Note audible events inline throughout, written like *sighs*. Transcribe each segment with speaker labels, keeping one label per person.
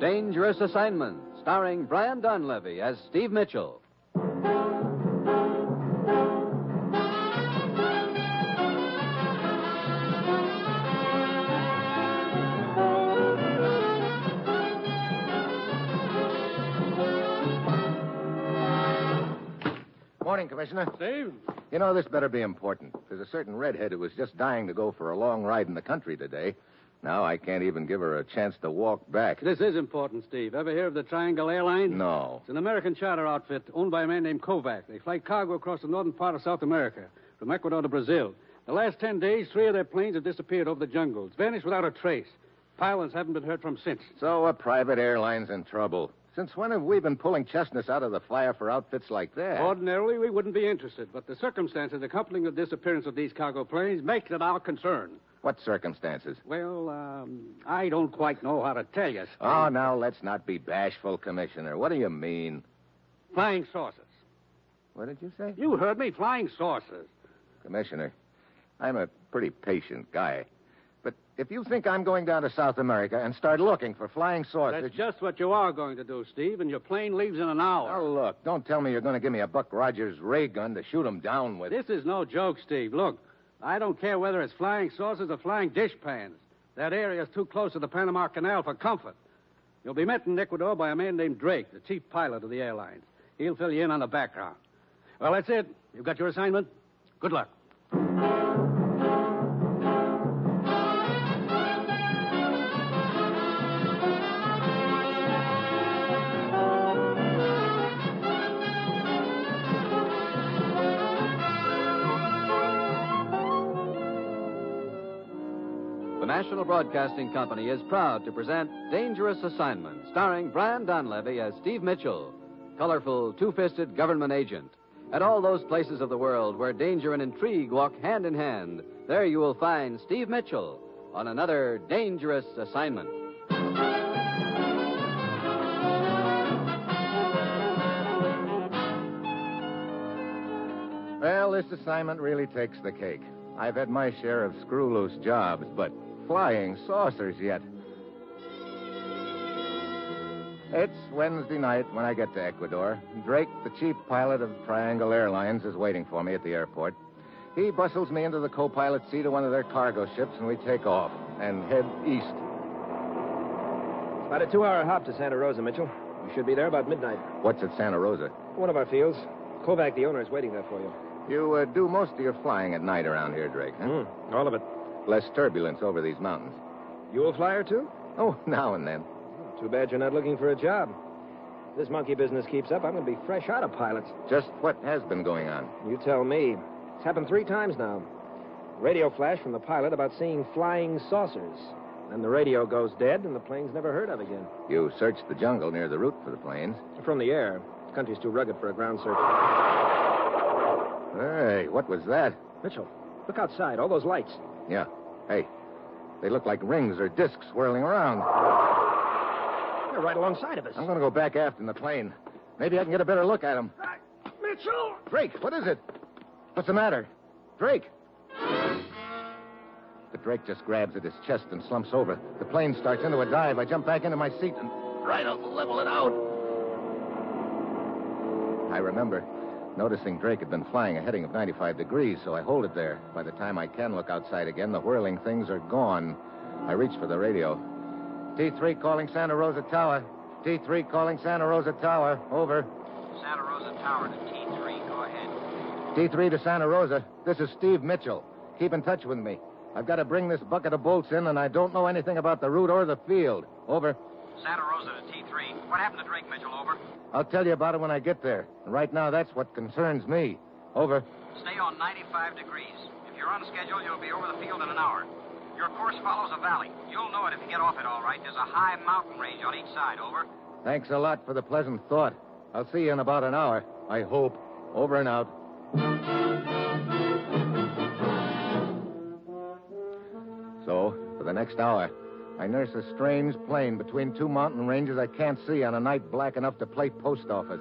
Speaker 1: Dangerous Assignment, starring Brian Donlevy as Steve Mitchell.
Speaker 2: Morning, Commissioner.
Speaker 3: Dave,
Speaker 2: You know, this better be important. There's a certain redhead who was just dying to go for a long ride in the country today. Now I can't even give her a chance to walk back.
Speaker 3: this is important, Steve. Ever hear of the Triangle Airline?
Speaker 2: No.
Speaker 3: It's an American charter outfit owned by a man named Kovac. They fly cargo across the northern part of South America, from Ecuador to Brazil. The last ten days, three of their planes have disappeared over the jungles, vanished without a trace. Pilots haven't been heard from since.
Speaker 2: So a private airline's in trouble. Since when have we been pulling chestnuts out of the flyer for outfits like that?
Speaker 3: Ordinarily, we wouldn't be interested, but the circumstances accompanying the disappearance of these cargo planes makes it our concern.
Speaker 2: What circumstances?
Speaker 3: Well, um, I don't quite know how to tell you. Steve.
Speaker 2: Oh, now let's not be bashful, Commissioner. What do you mean?
Speaker 3: Flying saucers.
Speaker 2: What did you say?
Speaker 3: You heard me, flying saucers.
Speaker 2: Commissioner, I'm a pretty patient guy. But if you think I'm going down to South America and start looking for flying saucers.
Speaker 3: That's just what you are going to do, Steve, and your plane leaves in an hour.
Speaker 2: Now, look, don't tell me you're going to give me a Buck Rogers ray gun to shoot him down with.
Speaker 3: This is no joke, Steve. Look, I don't care whether it's flying saucers or flying dish pans. That area's too close to the Panama Canal for comfort. You'll be met in Ecuador by a man named Drake, the chief pilot of the airlines. He'll fill you in on the background. Well, that's it. You've got your assignment. Good luck.
Speaker 1: The National Broadcasting Company is proud to present Dangerous Assignment, starring Brian Donlevy as Steve Mitchell, colorful, two fisted government agent. At all those places of the world where danger and intrigue walk hand in hand, there you will find Steve Mitchell on another Dangerous Assignment.
Speaker 2: Well, this assignment really takes the cake. I've had my share of screw loose jobs, but flying saucers yet. It's Wednesday night when I get to Ecuador. Drake, the chief pilot of Triangle Airlines, is waiting for me at the airport. He bustles me into the co pilot seat of one of their cargo ships, and we take off and head east.
Speaker 4: About a two hour hop to Santa Rosa, Mitchell. You should be there about midnight.
Speaker 2: What's at Santa Rosa?
Speaker 4: One of our fields. Kovac, the owner, is waiting there for you.
Speaker 2: You uh, do most of your flying at night around here, Drake, huh?
Speaker 4: Mm, all of it.
Speaker 2: Less turbulence over these mountains.
Speaker 4: You'll fly her, too?
Speaker 2: Oh, *laughs* now and then.
Speaker 4: Too bad you're not looking for a job. If this monkey business keeps up, I'm going to be fresh out of pilots.
Speaker 2: Just what has been going on?
Speaker 4: You tell me. It's happened three times now. Radio flash from the pilot about seeing flying saucers. Then the radio goes dead, and the plane's never heard of again.
Speaker 2: You searched the jungle near the route for the planes.
Speaker 4: From the air. The country's too rugged for a ground search.
Speaker 2: Hey, what was that?
Speaker 4: Mitchell, look outside. All those lights.
Speaker 2: Yeah. Hey, they look like rings or discs swirling around.
Speaker 4: They're right alongside of us.
Speaker 2: I'm going to go back aft in the plane. Maybe I can get a better look at them.
Speaker 4: Mitchell!
Speaker 2: Drake, what is it? What's the matter? Drake! But Drake just grabs at his chest and slumps over. The plane starts into a dive. I jump back into my seat and try to level it out. I remember noticing Drake had been flying a heading of 95 degrees, so I hold it there. By the time I can look outside again, the whirling things are gone. I reach for the radio. T3 calling Santa Rosa Tower. T3 calling Santa Rosa Tower. Over.
Speaker 5: Santa Rosa Tower to T3. Go ahead.
Speaker 2: T3 to Santa Rosa. This is Steve Mitchell. Keep in touch with me. I've got to bring this bucket of bolts in, and I don't know anything about the route or the field. Over.
Speaker 5: Santa Rosa to T3. What happened to Drake Mitchell? Over.
Speaker 2: I'll tell you about it when I get there. And right now, that's what concerns me. Over.
Speaker 5: Stay on 95 degrees. If you're on schedule, you'll be over the field in an hour. Your course follows a valley. You'll know it if you get off it all right. There's a high mountain range on each side. Over.
Speaker 2: Thanks a lot for the pleasant thought. I'll see you in about an hour, I hope. Over and out. So, for the next hour, I nurse a strange plane between two mountain ranges I can't see on a night black enough to play post office.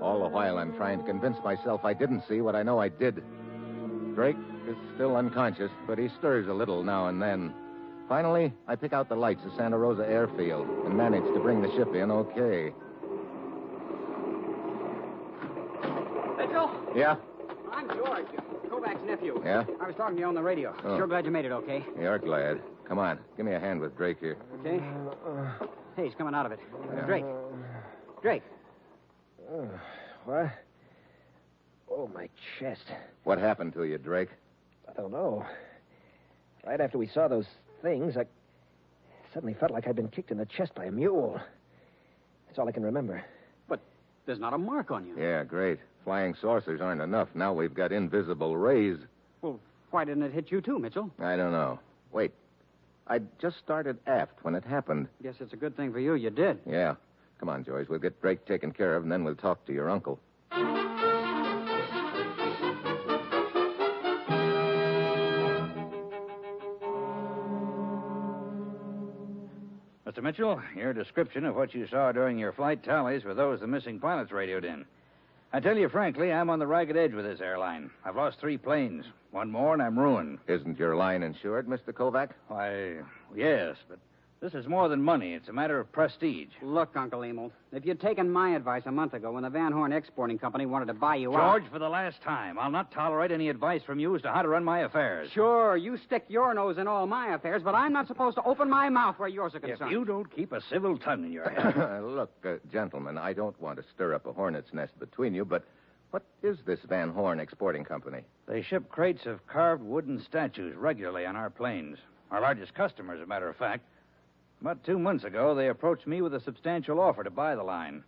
Speaker 2: All the while, I'm trying to convince myself I didn't see what I know I did. Drake is still unconscious, but he stirs a little now and then. Finally, I pick out the lights of Santa Rosa Airfield and manage to bring the ship in okay.
Speaker 3: Hey, Bill.
Speaker 2: Yeah?
Speaker 3: I'm George, Kovac's nephew.
Speaker 2: Yeah?
Speaker 3: I was talking to you on the radio.
Speaker 2: Oh.
Speaker 3: Sure glad you made it, okay?
Speaker 2: You're glad. Come on, give me a hand with Drake here.
Speaker 3: Okay.
Speaker 4: Uh,
Speaker 3: Hey, he's coming out of it. Drake. Drake.
Speaker 4: Uh, What? Oh, my chest.
Speaker 2: What happened to you, Drake?
Speaker 4: I don't know. Right after we saw those things, I suddenly felt like I'd been kicked in the chest by a mule. That's all I can remember.
Speaker 3: There's not a mark on you.
Speaker 2: Yeah, great. Flying saucers aren't enough. Now we've got invisible rays.
Speaker 3: Why didn't it hit you, too, Mitchell?
Speaker 2: I don't know. Wait. I just started aft when it happened.
Speaker 3: Guess it's a good thing for you you did.
Speaker 2: Yeah. Come on, Joyce. We'll get Drake taken care of, and then we'll talk to your uncle.
Speaker 6: Mr. Mitchell, your description of what you saw during your flight tallies with those the missing pilots radioed in. I tell you frankly, I'm on the ragged edge with this airline. I've lost three planes. One more, and I'm ruined.
Speaker 2: Isn't your line insured, Mr. Kovac?
Speaker 6: Why, yes, but this is more than money. It's a matter of prestige.
Speaker 3: Look, Uncle Emil, if you'd taken my advice a month ago when the Van Horn Exporting Company wanted to buy you out.
Speaker 6: George, for the last time, I'll not tolerate any advice from you as to how to run my affairs.
Speaker 3: Sure, you stick your nose in all my affairs, but I'm not supposed to open my mouth where yours are
Speaker 6: If
Speaker 3: concerned.
Speaker 6: you don't keep a civil tongue in your
Speaker 2: *coughs*
Speaker 6: head.
Speaker 2: Look, uh, gentlemen, I don't want to stir up a hornet's nest between you, but what is this Van Horn Exporting Company?
Speaker 6: They ship crates of carved wooden statues regularly on our planes. Our largest customer, as a matter of fact. About two months ago, they approached me with a substantial offer to buy the line.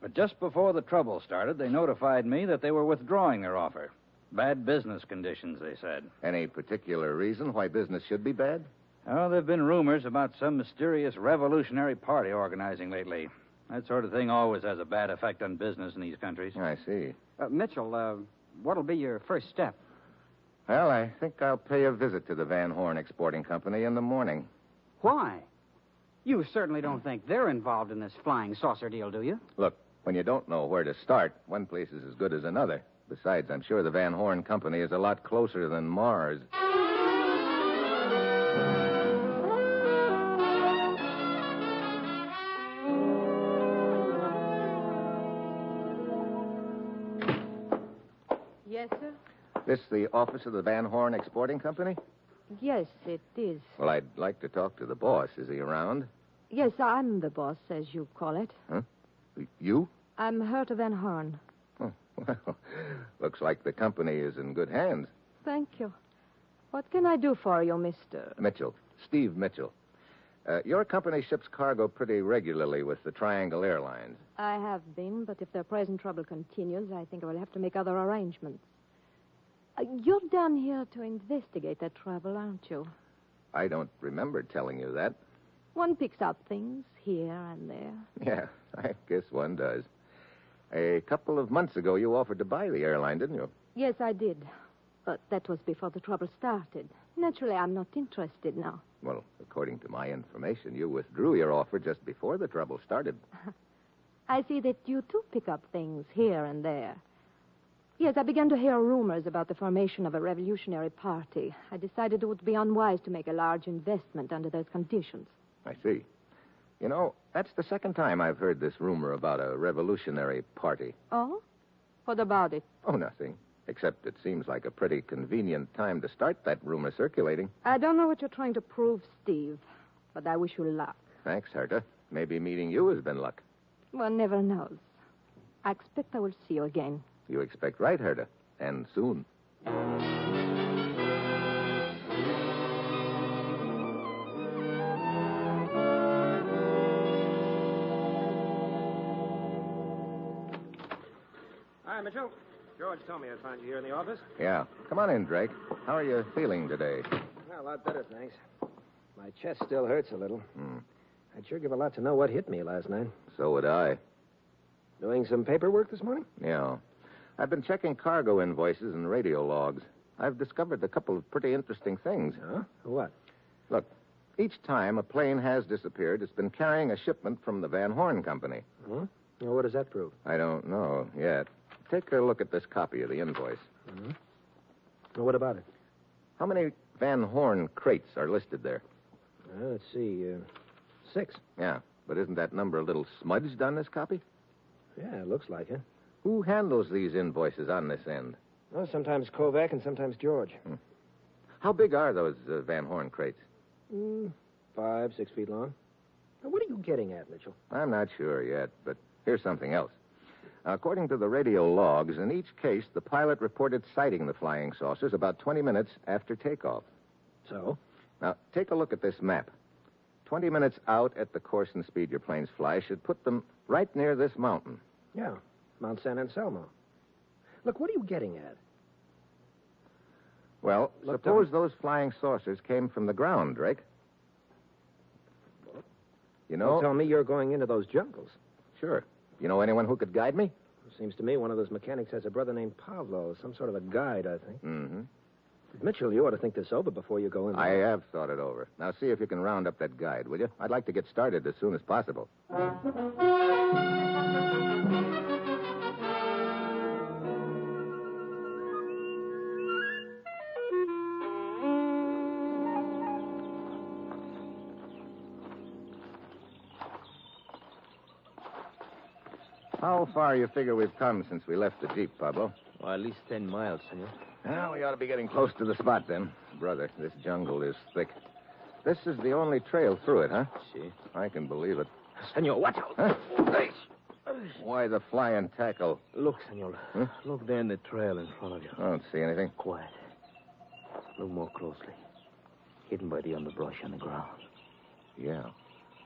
Speaker 6: But just before the trouble started, they notified me that they were withdrawing their offer. Bad business conditions, they said.
Speaker 2: Any particular reason why business should be bad?
Speaker 6: Oh, there have been rumors about some mysterious revolutionary party organizing lately. That sort of thing always has a bad effect on business in these countries.
Speaker 2: I see.
Speaker 3: Uh, Mitchell, uh, what'll be your first step?
Speaker 2: Well, I think I'll pay a visit to the Van Horn Exporting Company in the morning.
Speaker 3: Why? You certainly don't think they're involved in this flying saucer deal, do you?
Speaker 2: Look, when you don't know where to start, one place is as good as another. Besides, I'm sure the Van Horn Company is a lot closer than Mars.
Speaker 7: Yes, sir?
Speaker 2: This the office of the Van Horn Exporting Company?
Speaker 7: Yes, it is.
Speaker 2: Well, I'd like to talk to the boss. Is he around?
Speaker 7: Yes, I'm the boss, as you call it.
Speaker 2: You?
Speaker 7: I'm Herta Van Horn.
Speaker 2: Well, *laughs* looks like the company is in good hands.
Speaker 7: Thank you. What can I do for you, mister?
Speaker 2: Mitchell, Steve Mitchell. Uh, your company ships cargo pretty regularly with the Triangle Airlines.
Speaker 7: I have been, but if the present trouble continues, I think I will have to make other arrangements. Uh, you're down here to investigate that trouble, aren't you?
Speaker 2: I don't remember telling you that. *laughs*
Speaker 7: One picks up things here and there.
Speaker 2: Yeah, I guess one does. A couple of months ago, you offered to buy the airline, didn't you?
Speaker 7: Yes, I did. But that was before the trouble started. Naturally, I'm not interested now.
Speaker 2: Well, according to my information, you withdrew your offer just before the trouble started.
Speaker 7: I see that you too pick up things here and there. Yes, I began to hear rumors about the formation of a revolutionary party. I decided it would be unwise to make a large investment under those conditions.
Speaker 2: I see. You know, that's the second time I've heard this rumor about a revolutionary party.
Speaker 7: Oh? What about it?
Speaker 2: Oh, nothing. Except it seems like a pretty convenient time to start that rumor circulating.
Speaker 7: I don't know what you're trying to prove, Steve, but I wish you luck.
Speaker 2: Thanks, Herta. Maybe meeting you has been luck.
Speaker 7: One never knows. I expect I will see you again.
Speaker 2: You expect right, Herta. And soon.
Speaker 4: Hi, Mitchell. George told me I'd find you here in the office.
Speaker 2: Yeah. Come on in, Drake. How are you feeling today?
Speaker 4: Well, a lot better, thanks. My chest still hurts a little.
Speaker 2: Hmm.
Speaker 4: I'd sure give a lot to know what hit me last night.
Speaker 2: So would I.
Speaker 4: Doing some paperwork this morning?
Speaker 2: Yeah. I've been checking cargo invoices and radio logs. I've discovered a couple of pretty interesting things.
Speaker 4: Huh? What?
Speaker 2: Each time a plane has disappeared, it's been carrying a shipment from the Van Horn Company.
Speaker 4: Well, what does that prove?
Speaker 2: I don't know yet. Take a look at this copy of the invoice.
Speaker 4: Well, what about it?
Speaker 2: How many Van Horn crates are listed there?
Speaker 4: Well, let's see. Uh, six.
Speaker 2: Yeah, but isn't that number a little smudged on this copy?
Speaker 4: Yeah, it looks like it.
Speaker 2: Who handles these invoices on this end?
Speaker 4: Well, sometimes Kovac and sometimes George.
Speaker 2: How big are those uh, Van Horn crates?
Speaker 4: Mm, five, six feet long. Now, what are you getting at, Mitchell?
Speaker 2: I'm not sure yet, but here's something else. According to the radio logs, in each case, the pilot reported sighting the flying saucers about 20 minutes after takeoff.
Speaker 4: So?
Speaker 2: Now, take a look at this map. 20 minutes out at the course and speed your planes fly should put them right near this mountain.
Speaker 4: Yeah, Mount San Anselmo. Look, what are you getting at?
Speaker 2: Well,
Speaker 4: Look
Speaker 2: suppose those flying saucers came from the ground, Drake. You know?
Speaker 4: Don't tell me you're going into those jungles.
Speaker 2: sure. You know anyone who could guide me?
Speaker 4: Seems to me one of those mechanics has a brother named Pablo, some sort of a guide, I think.
Speaker 2: Mm-hmm.
Speaker 4: Mitchell, you ought to think this over before you go in.
Speaker 2: I
Speaker 4: there.
Speaker 2: have thought it over. Now see if you can round up that guide, will you? I'd like to get started as soon as possible. How far you figure we've come since we left the jeep, Pablo?
Speaker 8: Well, at least 10 miles, senor.
Speaker 2: Well, we ought to be getting close to the spot then. Brother, this jungle is thick. This is the only trail through it, huh?
Speaker 8: See?
Speaker 2: I can believe it.
Speaker 8: Senor, watch out.
Speaker 2: Huh? Why the flying tackle?
Speaker 8: Look, senor.
Speaker 2: Huh?
Speaker 8: Look there in the trail in front of you.
Speaker 2: I don't see anything.
Speaker 8: Quiet. Look more closely. Hidden by the underbrush on the ground.
Speaker 2: Yeah.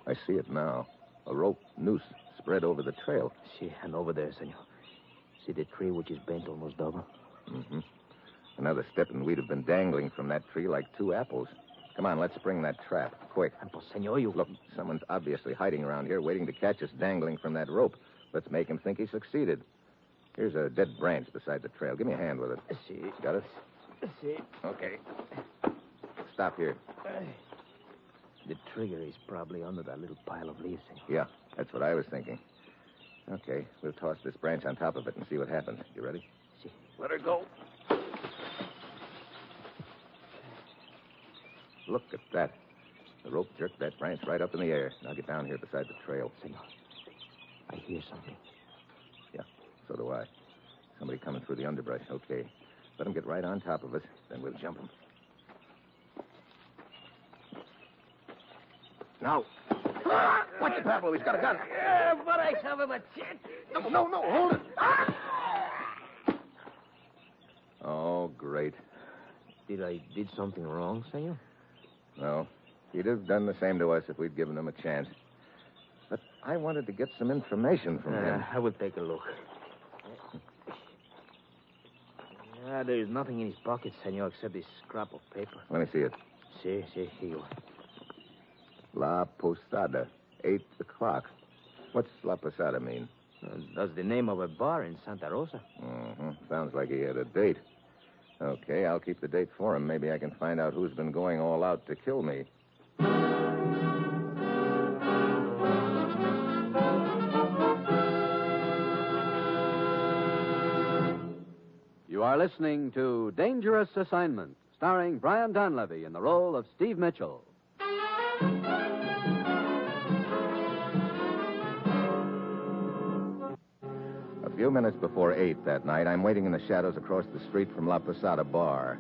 Speaker 2: I see it now. A rope noose spread over the trail.
Speaker 8: See, and over there, senor. See the tree which is bent almost double?
Speaker 2: Mm-hmm. Another step and we'd have been dangling from that tree like two apples. Come on, let's spring that trap. Quick.
Speaker 8: And por senor, you.
Speaker 2: Look, someone's obviously hiding around here, waiting to catch us dangling from that rope. Let's make him think he succeeded. Here's a dead branch beside the trail. Give me a hand with it.
Speaker 8: See.
Speaker 2: Got it?
Speaker 8: See.
Speaker 2: Okay. Stop here.
Speaker 8: The trigger is probably under that little pile of leaves, senor.
Speaker 2: Yeah, that's what I was thinking. Okay, we'll toss this branch on top of it and see what happens. You ready?
Speaker 8: See.
Speaker 2: Let her go. Look at that. The rope jerked that branch right up in the air. Now get down here beside the trail.
Speaker 8: Senor. I hear something.
Speaker 2: So do I. Somebody coming through the underbrush. Okay. Let him get right on top of us, then we'll jump him. Now. *gasps* Ah, watch it, Pablo. He's got a gun.
Speaker 8: Yeah, but I have him a chance.
Speaker 2: No, no, no. Hold it. Oh, great.
Speaker 8: Did I did something wrong, senor?
Speaker 2: No. He'd have done the same to us if we'd given him a chance. But I wanted to get some information from him.
Speaker 8: Uh, I will take a look. Ah, there is nothing in his pocket, senor, except this scrap of paper.
Speaker 2: Let me see it.
Speaker 8: See, see, here you are.
Speaker 2: La Posada, 8 o'clock. What's La Posada mean?
Speaker 8: Uh, That's the name of a bar in Santa Rosa.
Speaker 2: hmm Sounds like he had a date. Okay, I'll keep the date for him. Maybe I can find out who's been going all out to kill me.
Speaker 1: You are listening to Dangerous Assignment, starring Brian Donlevy in the role of Steve Mitchell.
Speaker 2: A few minutes before 8 that night, I'm waiting in the shadows across the street from La Posada Bar.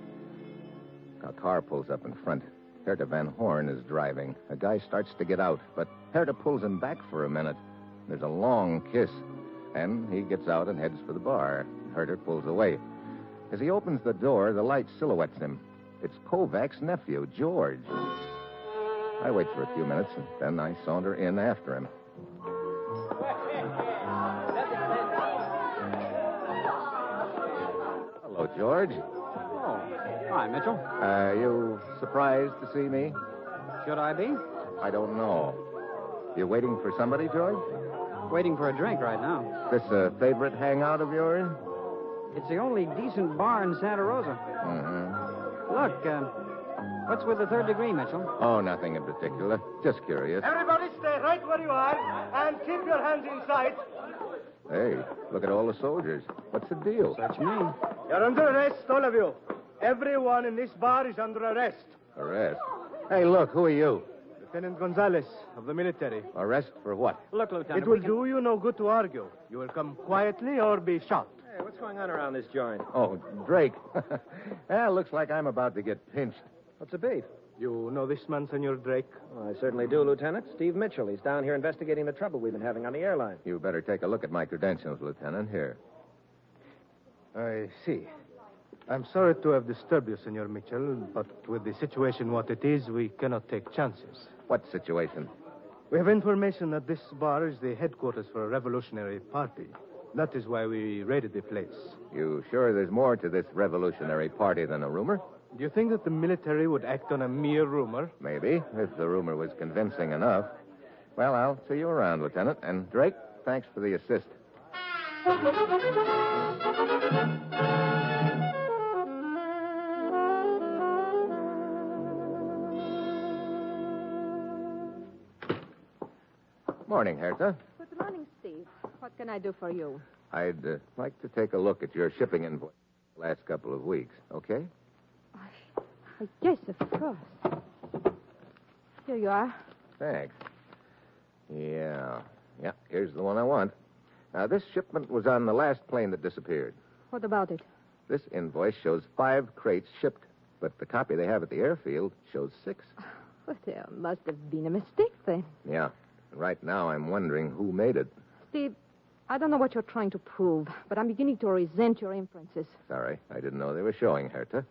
Speaker 2: A car pulls up in front. Herta Van Horn is driving. A guy starts to get out, but Herta pulls him back for a minute. There's a long kiss, and he gets out and heads for the bar. Herta pulls away. As he opens the door, the light silhouettes him. It's Kovac's nephew, George. I wait for a few minutes, and then I saunter in after him. Hello, George.
Speaker 3: Oh. Hi, Mitchell.
Speaker 2: Are Uh, you surprised to see me?
Speaker 3: Should I be?
Speaker 2: I don't know. You waiting for somebody, George?
Speaker 3: Waiting for a drink right now.
Speaker 2: This a favorite hangout of yours?
Speaker 3: It's the only decent bar in Santa Rosa.
Speaker 2: Mm-hmm.
Speaker 3: Look, uh, what's with the third degree, Mitchell?
Speaker 2: Oh, nothing in particular. Just curious.
Speaker 9: Everybody stay right where you are and keep your hands inside.
Speaker 2: Hey, look at all the soldiers. What's the deal?
Speaker 3: That's me.
Speaker 9: You're under arrest, all of you. Everyone in this bar is under arrest.
Speaker 2: Arrest. Hey, look, who are you?
Speaker 9: Lieutenant Gonzalez of the military.
Speaker 2: Arrest for what?
Speaker 3: Look, Lieutenant.
Speaker 9: it will do you no good to argue. You will come quietly or be shot.
Speaker 10: Hey, what's going on around this joint?
Speaker 2: Oh, Drake. *laughs* yeah, looks like I'm about to get pinched.
Speaker 10: What's the beef?
Speaker 9: You know this man, Senor Drake?
Speaker 10: Well, I certainly do, Lieutenant. Steve Mitchell. He's down here investigating the trouble we've been having on the airline.
Speaker 2: You better take a look at my credentials, Lieutenant. Here.
Speaker 9: I see. I'm sorry to have disturbed you, Senor Mitchell, but with the situation what it is, we cannot take chances.
Speaker 2: What situation?
Speaker 9: We have information that this bar is the headquarters for a revolutionary party. That is why we raided the place.
Speaker 2: You sure there's more to this revolutionary party than a rumor?
Speaker 9: Do you think that the military would act on a mere rumor?
Speaker 2: Maybe, if the rumor was convincing enough. Well, I'll see you around, Lieutenant. And Drake, thanks for the assist. Morning, Hertha.
Speaker 7: Good morning, Steve. What can I do for you?
Speaker 2: I'd uh, like to take a look at your shipping invoice the last couple of weeks, okay?
Speaker 7: Yes, of course. Here you are.
Speaker 2: Thanks. Yeah. Yeah, here's the one I want. Now, this shipment was on the last plane that disappeared.
Speaker 7: What about it?
Speaker 2: This invoice shows five crates shipped, but the copy they have at the airfield shows six.
Speaker 7: Well, there must have been a mistake then.
Speaker 2: Yeah. Right now, I'm wondering who made it.
Speaker 7: Steve, I don't know what you're trying to prove, but I'm beginning to resent your inferences.
Speaker 2: Sorry, I didn't know they were showing Herta.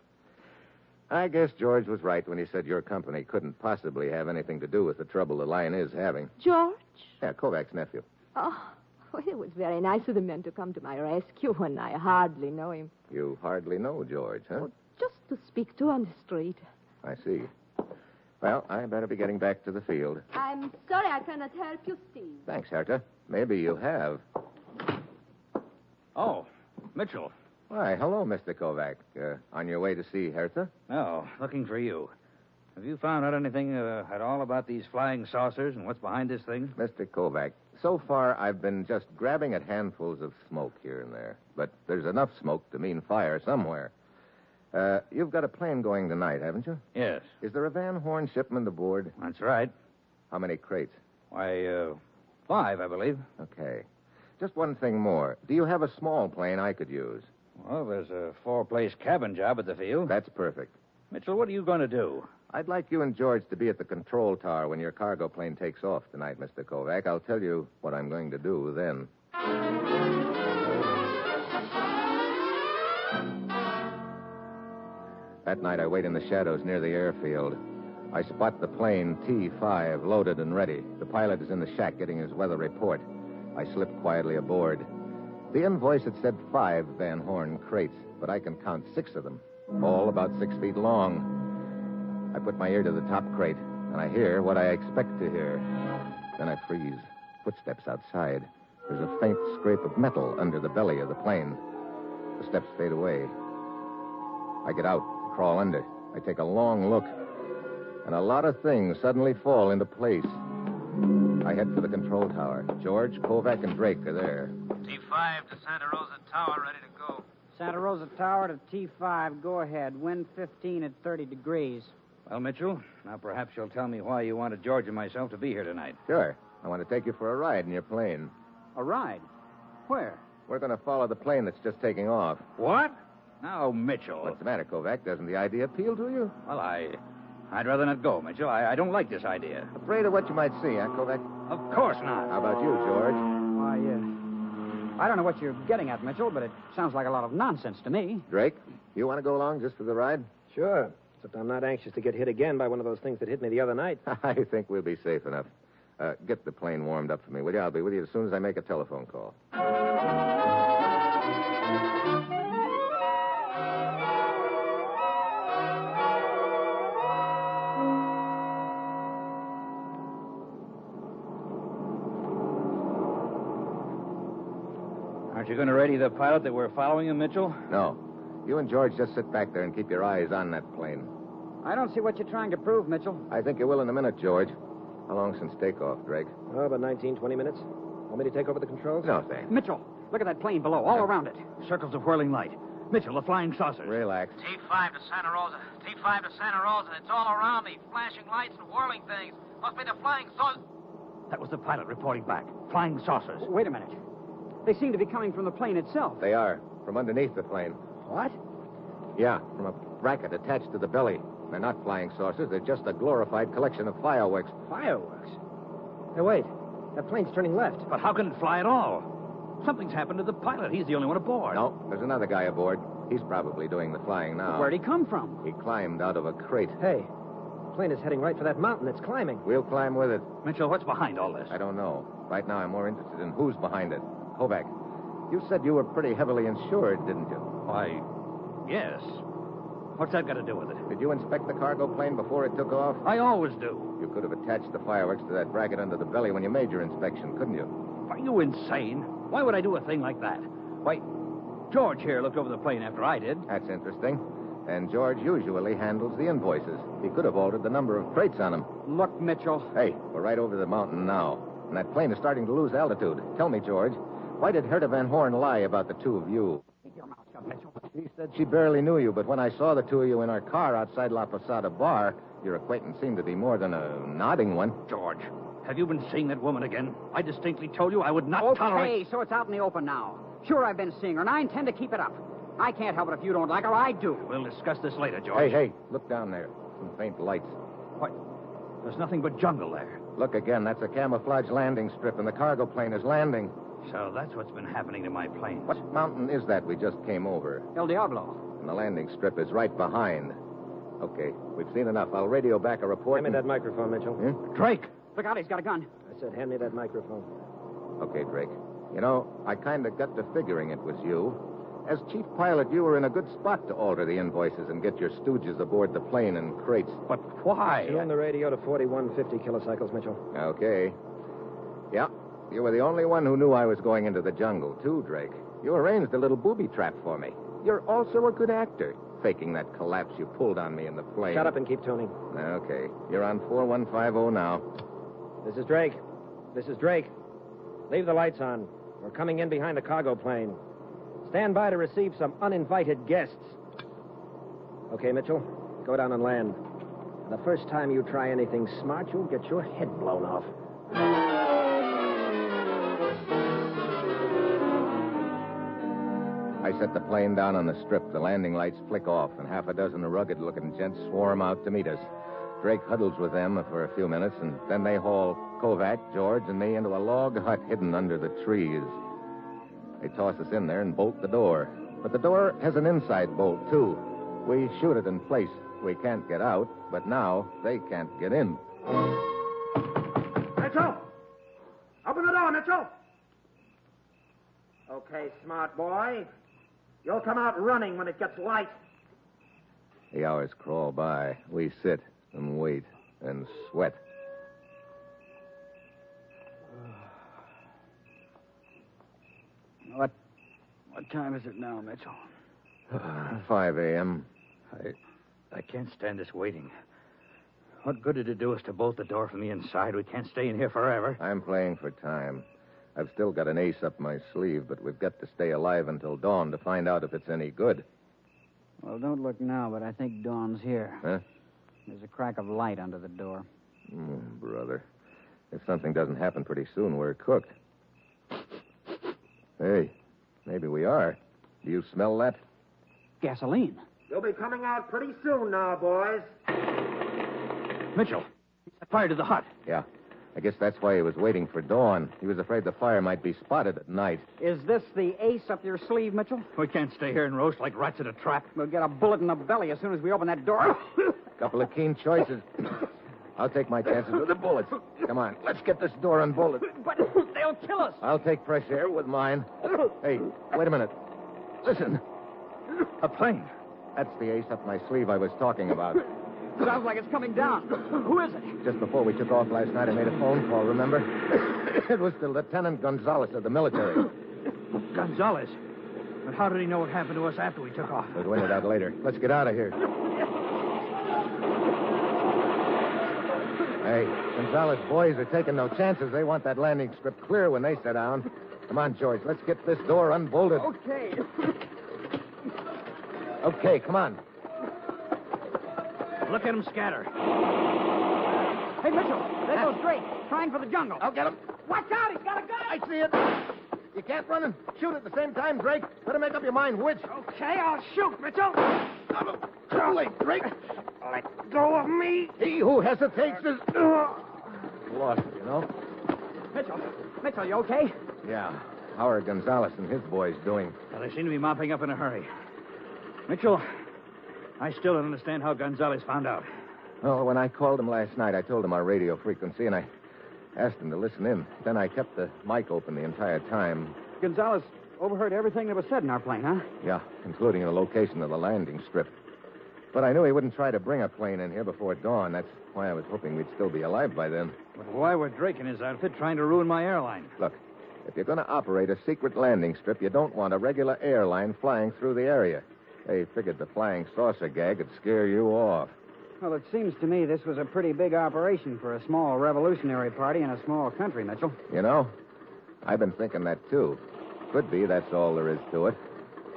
Speaker 2: I guess George was right when he said your company couldn't possibly have anything to do with the trouble the lion is having.
Speaker 7: George?
Speaker 2: Yeah, Kovac's nephew.
Speaker 7: Oh, well, it was very nice of the men to come to my rescue when I hardly know him.
Speaker 2: You hardly know George, huh?
Speaker 7: Just to speak to on the street.
Speaker 2: I see. Well, I better be getting back to the field.
Speaker 7: I'm sorry I cannot help you, Steve.
Speaker 2: Thanks, Herta. Maybe you have.
Speaker 6: Oh, Mitchell.
Speaker 2: Why, hello, Mr. Kovac. Uh, on your way to see Hertha?
Speaker 6: No, Oh, looking for you. Have you found out anything uh, at all about these flying saucers and what's behind this thing?
Speaker 2: Mr. Kovac, so far I've been just grabbing at handfuls of smoke here and there, but there's enough smoke to mean fire somewhere. Uh, you've got a plane going tonight, haven't you?
Speaker 6: Yes,
Speaker 2: Is there a Van Horn shipment aboard?
Speaker 6: that's right.
Speaker 2: How many crates?
Speaker 6: Why, uh, five, I believe.
Speaker 2: Okay. Just one thing more. Do you have a small plane I could use?
Speaker 6: Well, there's a four place cabin job at the field.
Speaker 2: That's perfect.
Speaker 6: Mitchell, what are you going to do?
Speaker 2: I'd like you and George to be at the control tower when your cargo plane takes off tonight, Mr. Kovac. I'll tell you what I'm going to do then. That night, I wait in the shadows near the airfield. I spot the plane T5 loaded and ready. The pilot is in the shack getting his weather report. I slip quietly aboard. The invoice had said five Van Horn crates, but I can count six of them, all about six feet long. I put my ear to the top crate, and I hear what I expect to hear. Then I freeze. Footsteps outside. There's a faint scrape of metal under the belly of the plane. The steps fade away. I get out, crawl under. I take a long look, and a lot of things suddenly fall into place. I head for the control tower. George, Kovac, and Drake are there.
Speaker 6: T5 to Santa Rosa Tower, ready to go.
Speaker 3: Santa Rosa Tower to T5. Go ahead. Wind 15 at 30 degrees.
Speaker 6: Well, Mitchell, now perhaps you'll tell me why you wanted George and myself to be here tonight.
Speaker 2: Sure. I want to take you for a ride in your plane.
Speaker 3: A ride? Where?
Speaker 2: We're going to follow the plane that's just taking off.
Speaker 6: What? Now, Mitchell.
Speaker 2: What's the matter, Kovac? Doesn't the idea appeal to you?
Speaker 6: Well, I. I'd rather not go, Mitchell. I, I don't like this idea.
Speaker 2: Afraid of what you might see, huh, Kovac?
Speaker 6: Of course not.
Speaker 2: How about you, George?
Speaker 3: Why, uh, I don't know what you're getting at, Mitchell, but it sounds like a lot of nonsense to me.
Speaker 2: Drake, you want to go along just for the ride?
Speaker 10: Sure. Except I'm not anxious to get hit again by one of those things that hit me the other night.
Speaker 2: *laughs* I think we'll be safe enough. Uh, get the plane warmed up for me, will you? I'll be with you as soon as I make a telephone call.
Speaker 6: Aren't you going to ready the pilot that we're following him, Mitchell?
Speaker 2: No. You and George just sit back there and keep your eyes on that plane.
Speaker 3: I don't see what you're trying to prove, Mitchell.
Speaker 2: I think you will in a minute, George. How long since takeoff, Drake?
Speaker 10: Oh, about 19, 20 minutes. Want me to take over the controls?
Speaker 2: No, thanks.
Speaker 3: Mitchell, look at that plane below, all around it.
Speaker 6: Circles of whirling light. Mitchell, the flying saucer.
Speaker 2: Relax.
Speaker 11: T5 to Santa Rosa. T5 to Santa Rosa. It's all around me. Flashing lights and whirling things. Must be the flying saucer.
Speaker 6: That was the pilot reporting back. Flying saucers.
Speaker 3: Wait a minute. They seem to be coming from the plane itself.
Speaker 2: They are, from underneath the plane.
Speaker 3: What?
Speaker 2: Yeah, from a bracket attached to the belly. They're not flying saucers, they're just a glorified collection of fireworks.
Speaker 4: Fireworks? Hey, wait. That plane's turning left.
Speaker 6: But how can it fly at all? Something's happened to the pilot. He's the only one aboard.
Speaker 2: No, there's another guy aboard. He's probably doing the flying now.
Speaker 3: Where'd he come from?
Speaker 2: He climbed out of a crate.
Speaker 4: Hey, the plane is heading right for that mountain it's climbing.
Speaker 2: We'll climb with it.
Speaker 6: Mitchell, what's behind all this?
Speaker 2: I don't know. Right now, I'm more interested in who's behind it. Kovac, you said you were pretty heavily insured, didn't you?
Speaker 6: Why, yes. What's that got to do with it?
Speaker 2: Did you inspect the cargo plane before it took off?
Speaker 6: I always do.
Speaker 2: You could have attached the fireworks to that bracket under the belly when you made your inspection, couldn't you?
Speaker 6: Are you insane? Why would I do a thing like that? Why, George here looked over the plane after I did.
Speaker 2: That's interesting. And George usually handles the invoices. He could have altered the number of crates on them.
Speaker 3: Look, Mitchell.
Speaker 2: Hey, we're right over the mountain now. And that plane is starting to lose altitude. Tell me, George, why did Herta Van Horn lie about the two of you? She said she barely knew you, but when I saw the two of you in our car outside La Posada Bar, your acquaintance seemed to be more than a nodding one.
Speaker 6: George, have you been seeing that woman again? I distinctly told you I would not
Speaker 3: okay,
Speaker 6: tolerate.
Speaker 3: so it's out in the open now. Sure, I've been seeing her, and I intend to keep it up. I can't help it if you don't like her. I do.
Speaker 6: We'll discuss this later, George.
Speaker 2: Hey, hey, look down there. Some faint lights.
Speaker 6: What? There's nothing but jungle there.
Speaker 2: Look again. That's a camouflage landing strip, and the cargo plane is landing.
Speaker 6: So that's what's been happening to my plane.
Speaker 2: What mountain is that we just came over?
Speaker 3: El Diablo.
Speaker 2: And the landing strip is right behind. Okay, we've seen enough. I'll radio back a report.
Speaker 10: Hand me
Speaker 2: and-
Speaker 10: that microphone, Mitchell.
Speaker 2: Hmm?
Speaker 6: Drake!
Speaker 3: Look out, he's got a gun.
Speaker 10: I said, hand me that microphone.
Speaker 2: Okay, Drake. You know, I kind of got to figuring it was you. As chief pilot, you were in a good spot to alter the invoices and get your stooges aboard the plane in crates.
Speaker 6: But why?
Speaker 10: Tune the radio to 4150 kilocycles, Mitchell.
Speaker 2: Okay. Yeah, you were the only one who knew I was going into the jungle, too, Drake. You arranged a little booby trap for me. You're also a good actor, faking that collapse you pulled on me in the plane.
Speaker 10: Shut up and keep tuning.
Speaker 2: Okay, you're on 4150 now.
Speaker 10: This is Drake. This is Drake. Leave the lights on. We're coming in behind the cargo plane. Stand by to receive some uninvited guests.
Speaker 4: Okay, Mitchell, go down and land. And the first time you try anything smart, you'll get your head blown off.
Speaker 2: I set the plane down on the strip. The landing lights flick off, and half a dozen rugged looking gents swarm out to meet us. Drake huddles with them for a few minutes, and then they haul Kovac, George, and me into a log hut hidden under the trees. They toss us in there and bolt the door. But the door has an inside bolt, too. We shoot it in place. We can't get out, but now they can't get in.
Speaker 12: Mitchell! Open the door, Mitchell!
Speaker 11: Okay, smart boy. You'll come out running when it gets light.
Speaker 2: The hours crawl by. We sit and wait and sweat.
Speaker 6: What? What time is it now, Mitchell?
Speaker 2: *sighs* 5 a.m.
Speaker 6: I, I can't stand this waiting. What good did it do us to bolt the door from the inside? We can't stay in here forever.
Speaker 2: I'm playing for time. I've still got an ace up my sleeve, but we've got to stay alive until dawn to find out if it's any good.
Speaker 3: Well, don't look now, but I think Dawn's here.
Speaker 2: Huh?
Speaker 3: There's a crack of light under the door.
Speaker 2: Mm, brother, if something doesn't happen pretty soon, we're cooked. Hey, maybe we are. Do you smell that?
Speaker 3: Gasoline.
Speaker 11: You'll be coming out pretty soon now, boys.
Speaker 6: Mitchell, set fire to the hut.
Speaker 2: Yeah. I guess that's why he was waiting for dawn. He was afraid the fire might be spotted at night.
Speaker 3: Is this the ace up your sleeve, Mitchell?
Speaker 6: We can't stay here and roast like rats in a trap.
Speaker 3: We'll get a bullet in the belly as soon as we open that door.
Speaker 2: Couple of keen choices. I'll take my chances with the bullets. Come on, let's get this door unbolted.
Speaker 3: but they'll kill us.
Speaker 2: I'll take fresh air with mine. Hey, wait a minute. Listen.
Speaker 6: A plane.
Speaker 2: That's the ace up my sleeve I was talking about.
Speaker 3: Sounds like it's coming down. Who is it?
Speaker 2: Just before we took off last night, I made a phone call, remember? *coughs* it was to Lieutenant Gonzalez of the military.
Speaker 6: Gonzalez. But how did he know what happened to us after we took off?
Speaker 2: We'll find out later. Let's get out of here. Hey, Gonzalez boys are taking no chances. They want that landing strip clear when they sit down. Come on, George. Let's get this door unbolted.
Speaker 3: Okay.
Speaker 2: Okay, come on.
Speaker 13: Look at them scatter.
Speaker 3: Hey, Mitchell, there goes Drake, trying for the jungle.
Speaker 2: I'll get him.
Speaker 11: Watch out, he's got a gun.
Speaker 2: I see it. You can't run and shoot at the same time, Drake. Better make up your mind which.
Speaker 11: Okay, I'll shoot, Mitchell.
Speaker 2: Too late, Drake.
Speaker 11: Let go of me.
Speaker 2: He who hesitates is uh, lost, you know.
Speaker 3: Mitchell, Mitchell, you okay?
Speaker 2: Yeah. How are Gonzalez and his boys doing?
Speaker 6: Well, they seem to be mopping up in a hurry. Mitchell, I still don't understand how Gonzalez found out.
Speaker 2: Well, Oh, when I called him last night, I told him our radio frequency, and I asked him to listen in. Then I kept the mic open the entire time.
Speaker 3: Gonzalez overheard everything that was said in our plane, huh?
Speaker 2: Yeah, including the location of the landing strip. But I knew he wouldn't try to bring a plane in here before dawn. That's why I was hoping we'd still be alive by then.
Speaker 6: But why were Drake and his outfit trying to ruin my airline?
Speaker 2: Look, if you're going to operate a secret landing strip, you don't want a regular airline flying through the area. They figured the flying saucer gag would scare you off.
Speaker 3: *laughs* Well, it seems to me this was a pretty big operation for a small revolutionary party in a small country, Mitchell.
Speaker 2: You know, I've been thinking that too. Could be that's all there is to it.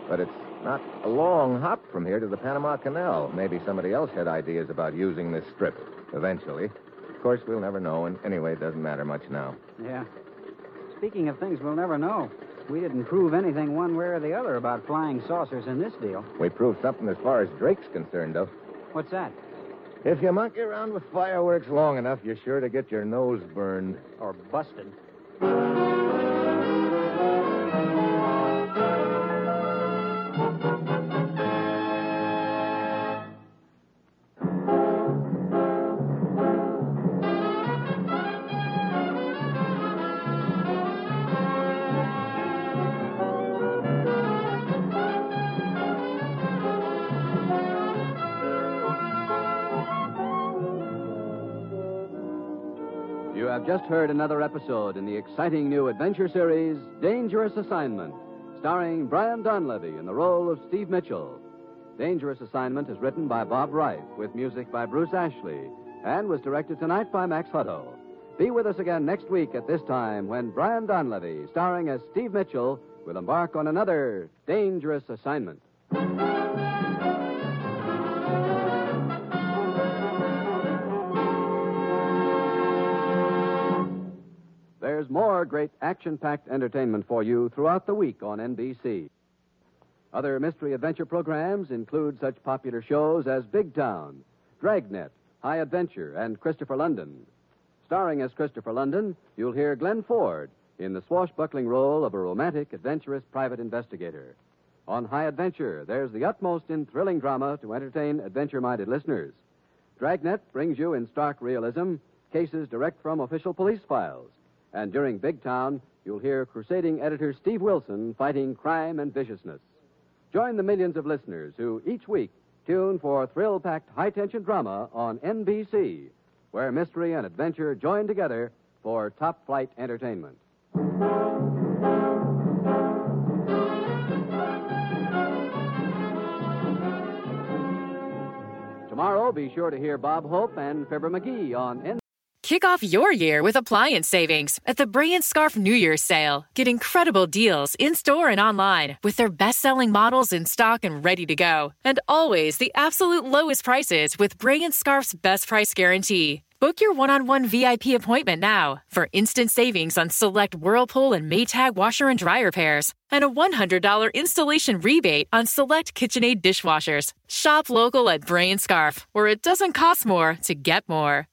Speaker 2: But it's not a long hop from here to the Panama Canal. Maybe somebody else had ideas about using this strip eventually. Of course, we'll never know, and anyway, it doesn't matter much now.
Speaker 3: Yeah. Speaking of things we'll never know, we didn't prove anything one way or the other about flying saucers in this deal.
Speaker 2: We proved something as far as Drake's concerned, though.
Speaker 3: What's that?
Speaker 2: If you monkey around with fireworks long enough, you're sure to get your nose burned.
Speaker 3: Or busted.
Speaker 1: You have just heard another episode in the exciting new adventure series, Dangerous Assignment, starring Brian Donlevy in the role of Steve Mitchell. Dangerous Assignment is written by Bob Reif with music by Bruce Ashley and was directed tonight by Max Hutto. Be with us again next week at this time when Brian Donlevy, starring as Steve Mitchell, will embark on another Dangerous Assignment. There's more great action packed entertainment for you throughout the week on NBC. Other mystery adventure programs include such popular shows as Big Town, Dragnet, High Adventure, and Christopher London. Starring as Christopher London, you'll hear Glenn Ford in the swashbuckling role of a romantic, adventurous private investigator. On High Adventure, there's the utmost in thrilling drama to entertain adventure minded listeners. Dragnet brings you in stark realism cases direct from official police files. And during Big Town, you'll hear crusading editor Steve Wilson fighting crime and viciousness. Join the millions of listeners who each week tune for thrill packed high tension drama on NBC, where mystery and adventure join together for top flight entertainment. Tomorrow, be sure to hear Bob Hope and Fibber McGee on NBC.
Speaker 14: Kick off your year with appliance savings at the Brilliant Scarf New Year's sale. Get incredible deals in store and online with their best selling models in stock and ready to go. And always the absolute lowest prices with Brilliant Scarf's best price guarantee. Book your one on one VIP appointment now for instant savings on select Whirlpool and Maytag washer and dryer pairs and a $100 installation rebate on select KitchenAid dishwashers. Shop local at Brilliant Scarf, where it doesn't cost more to get more.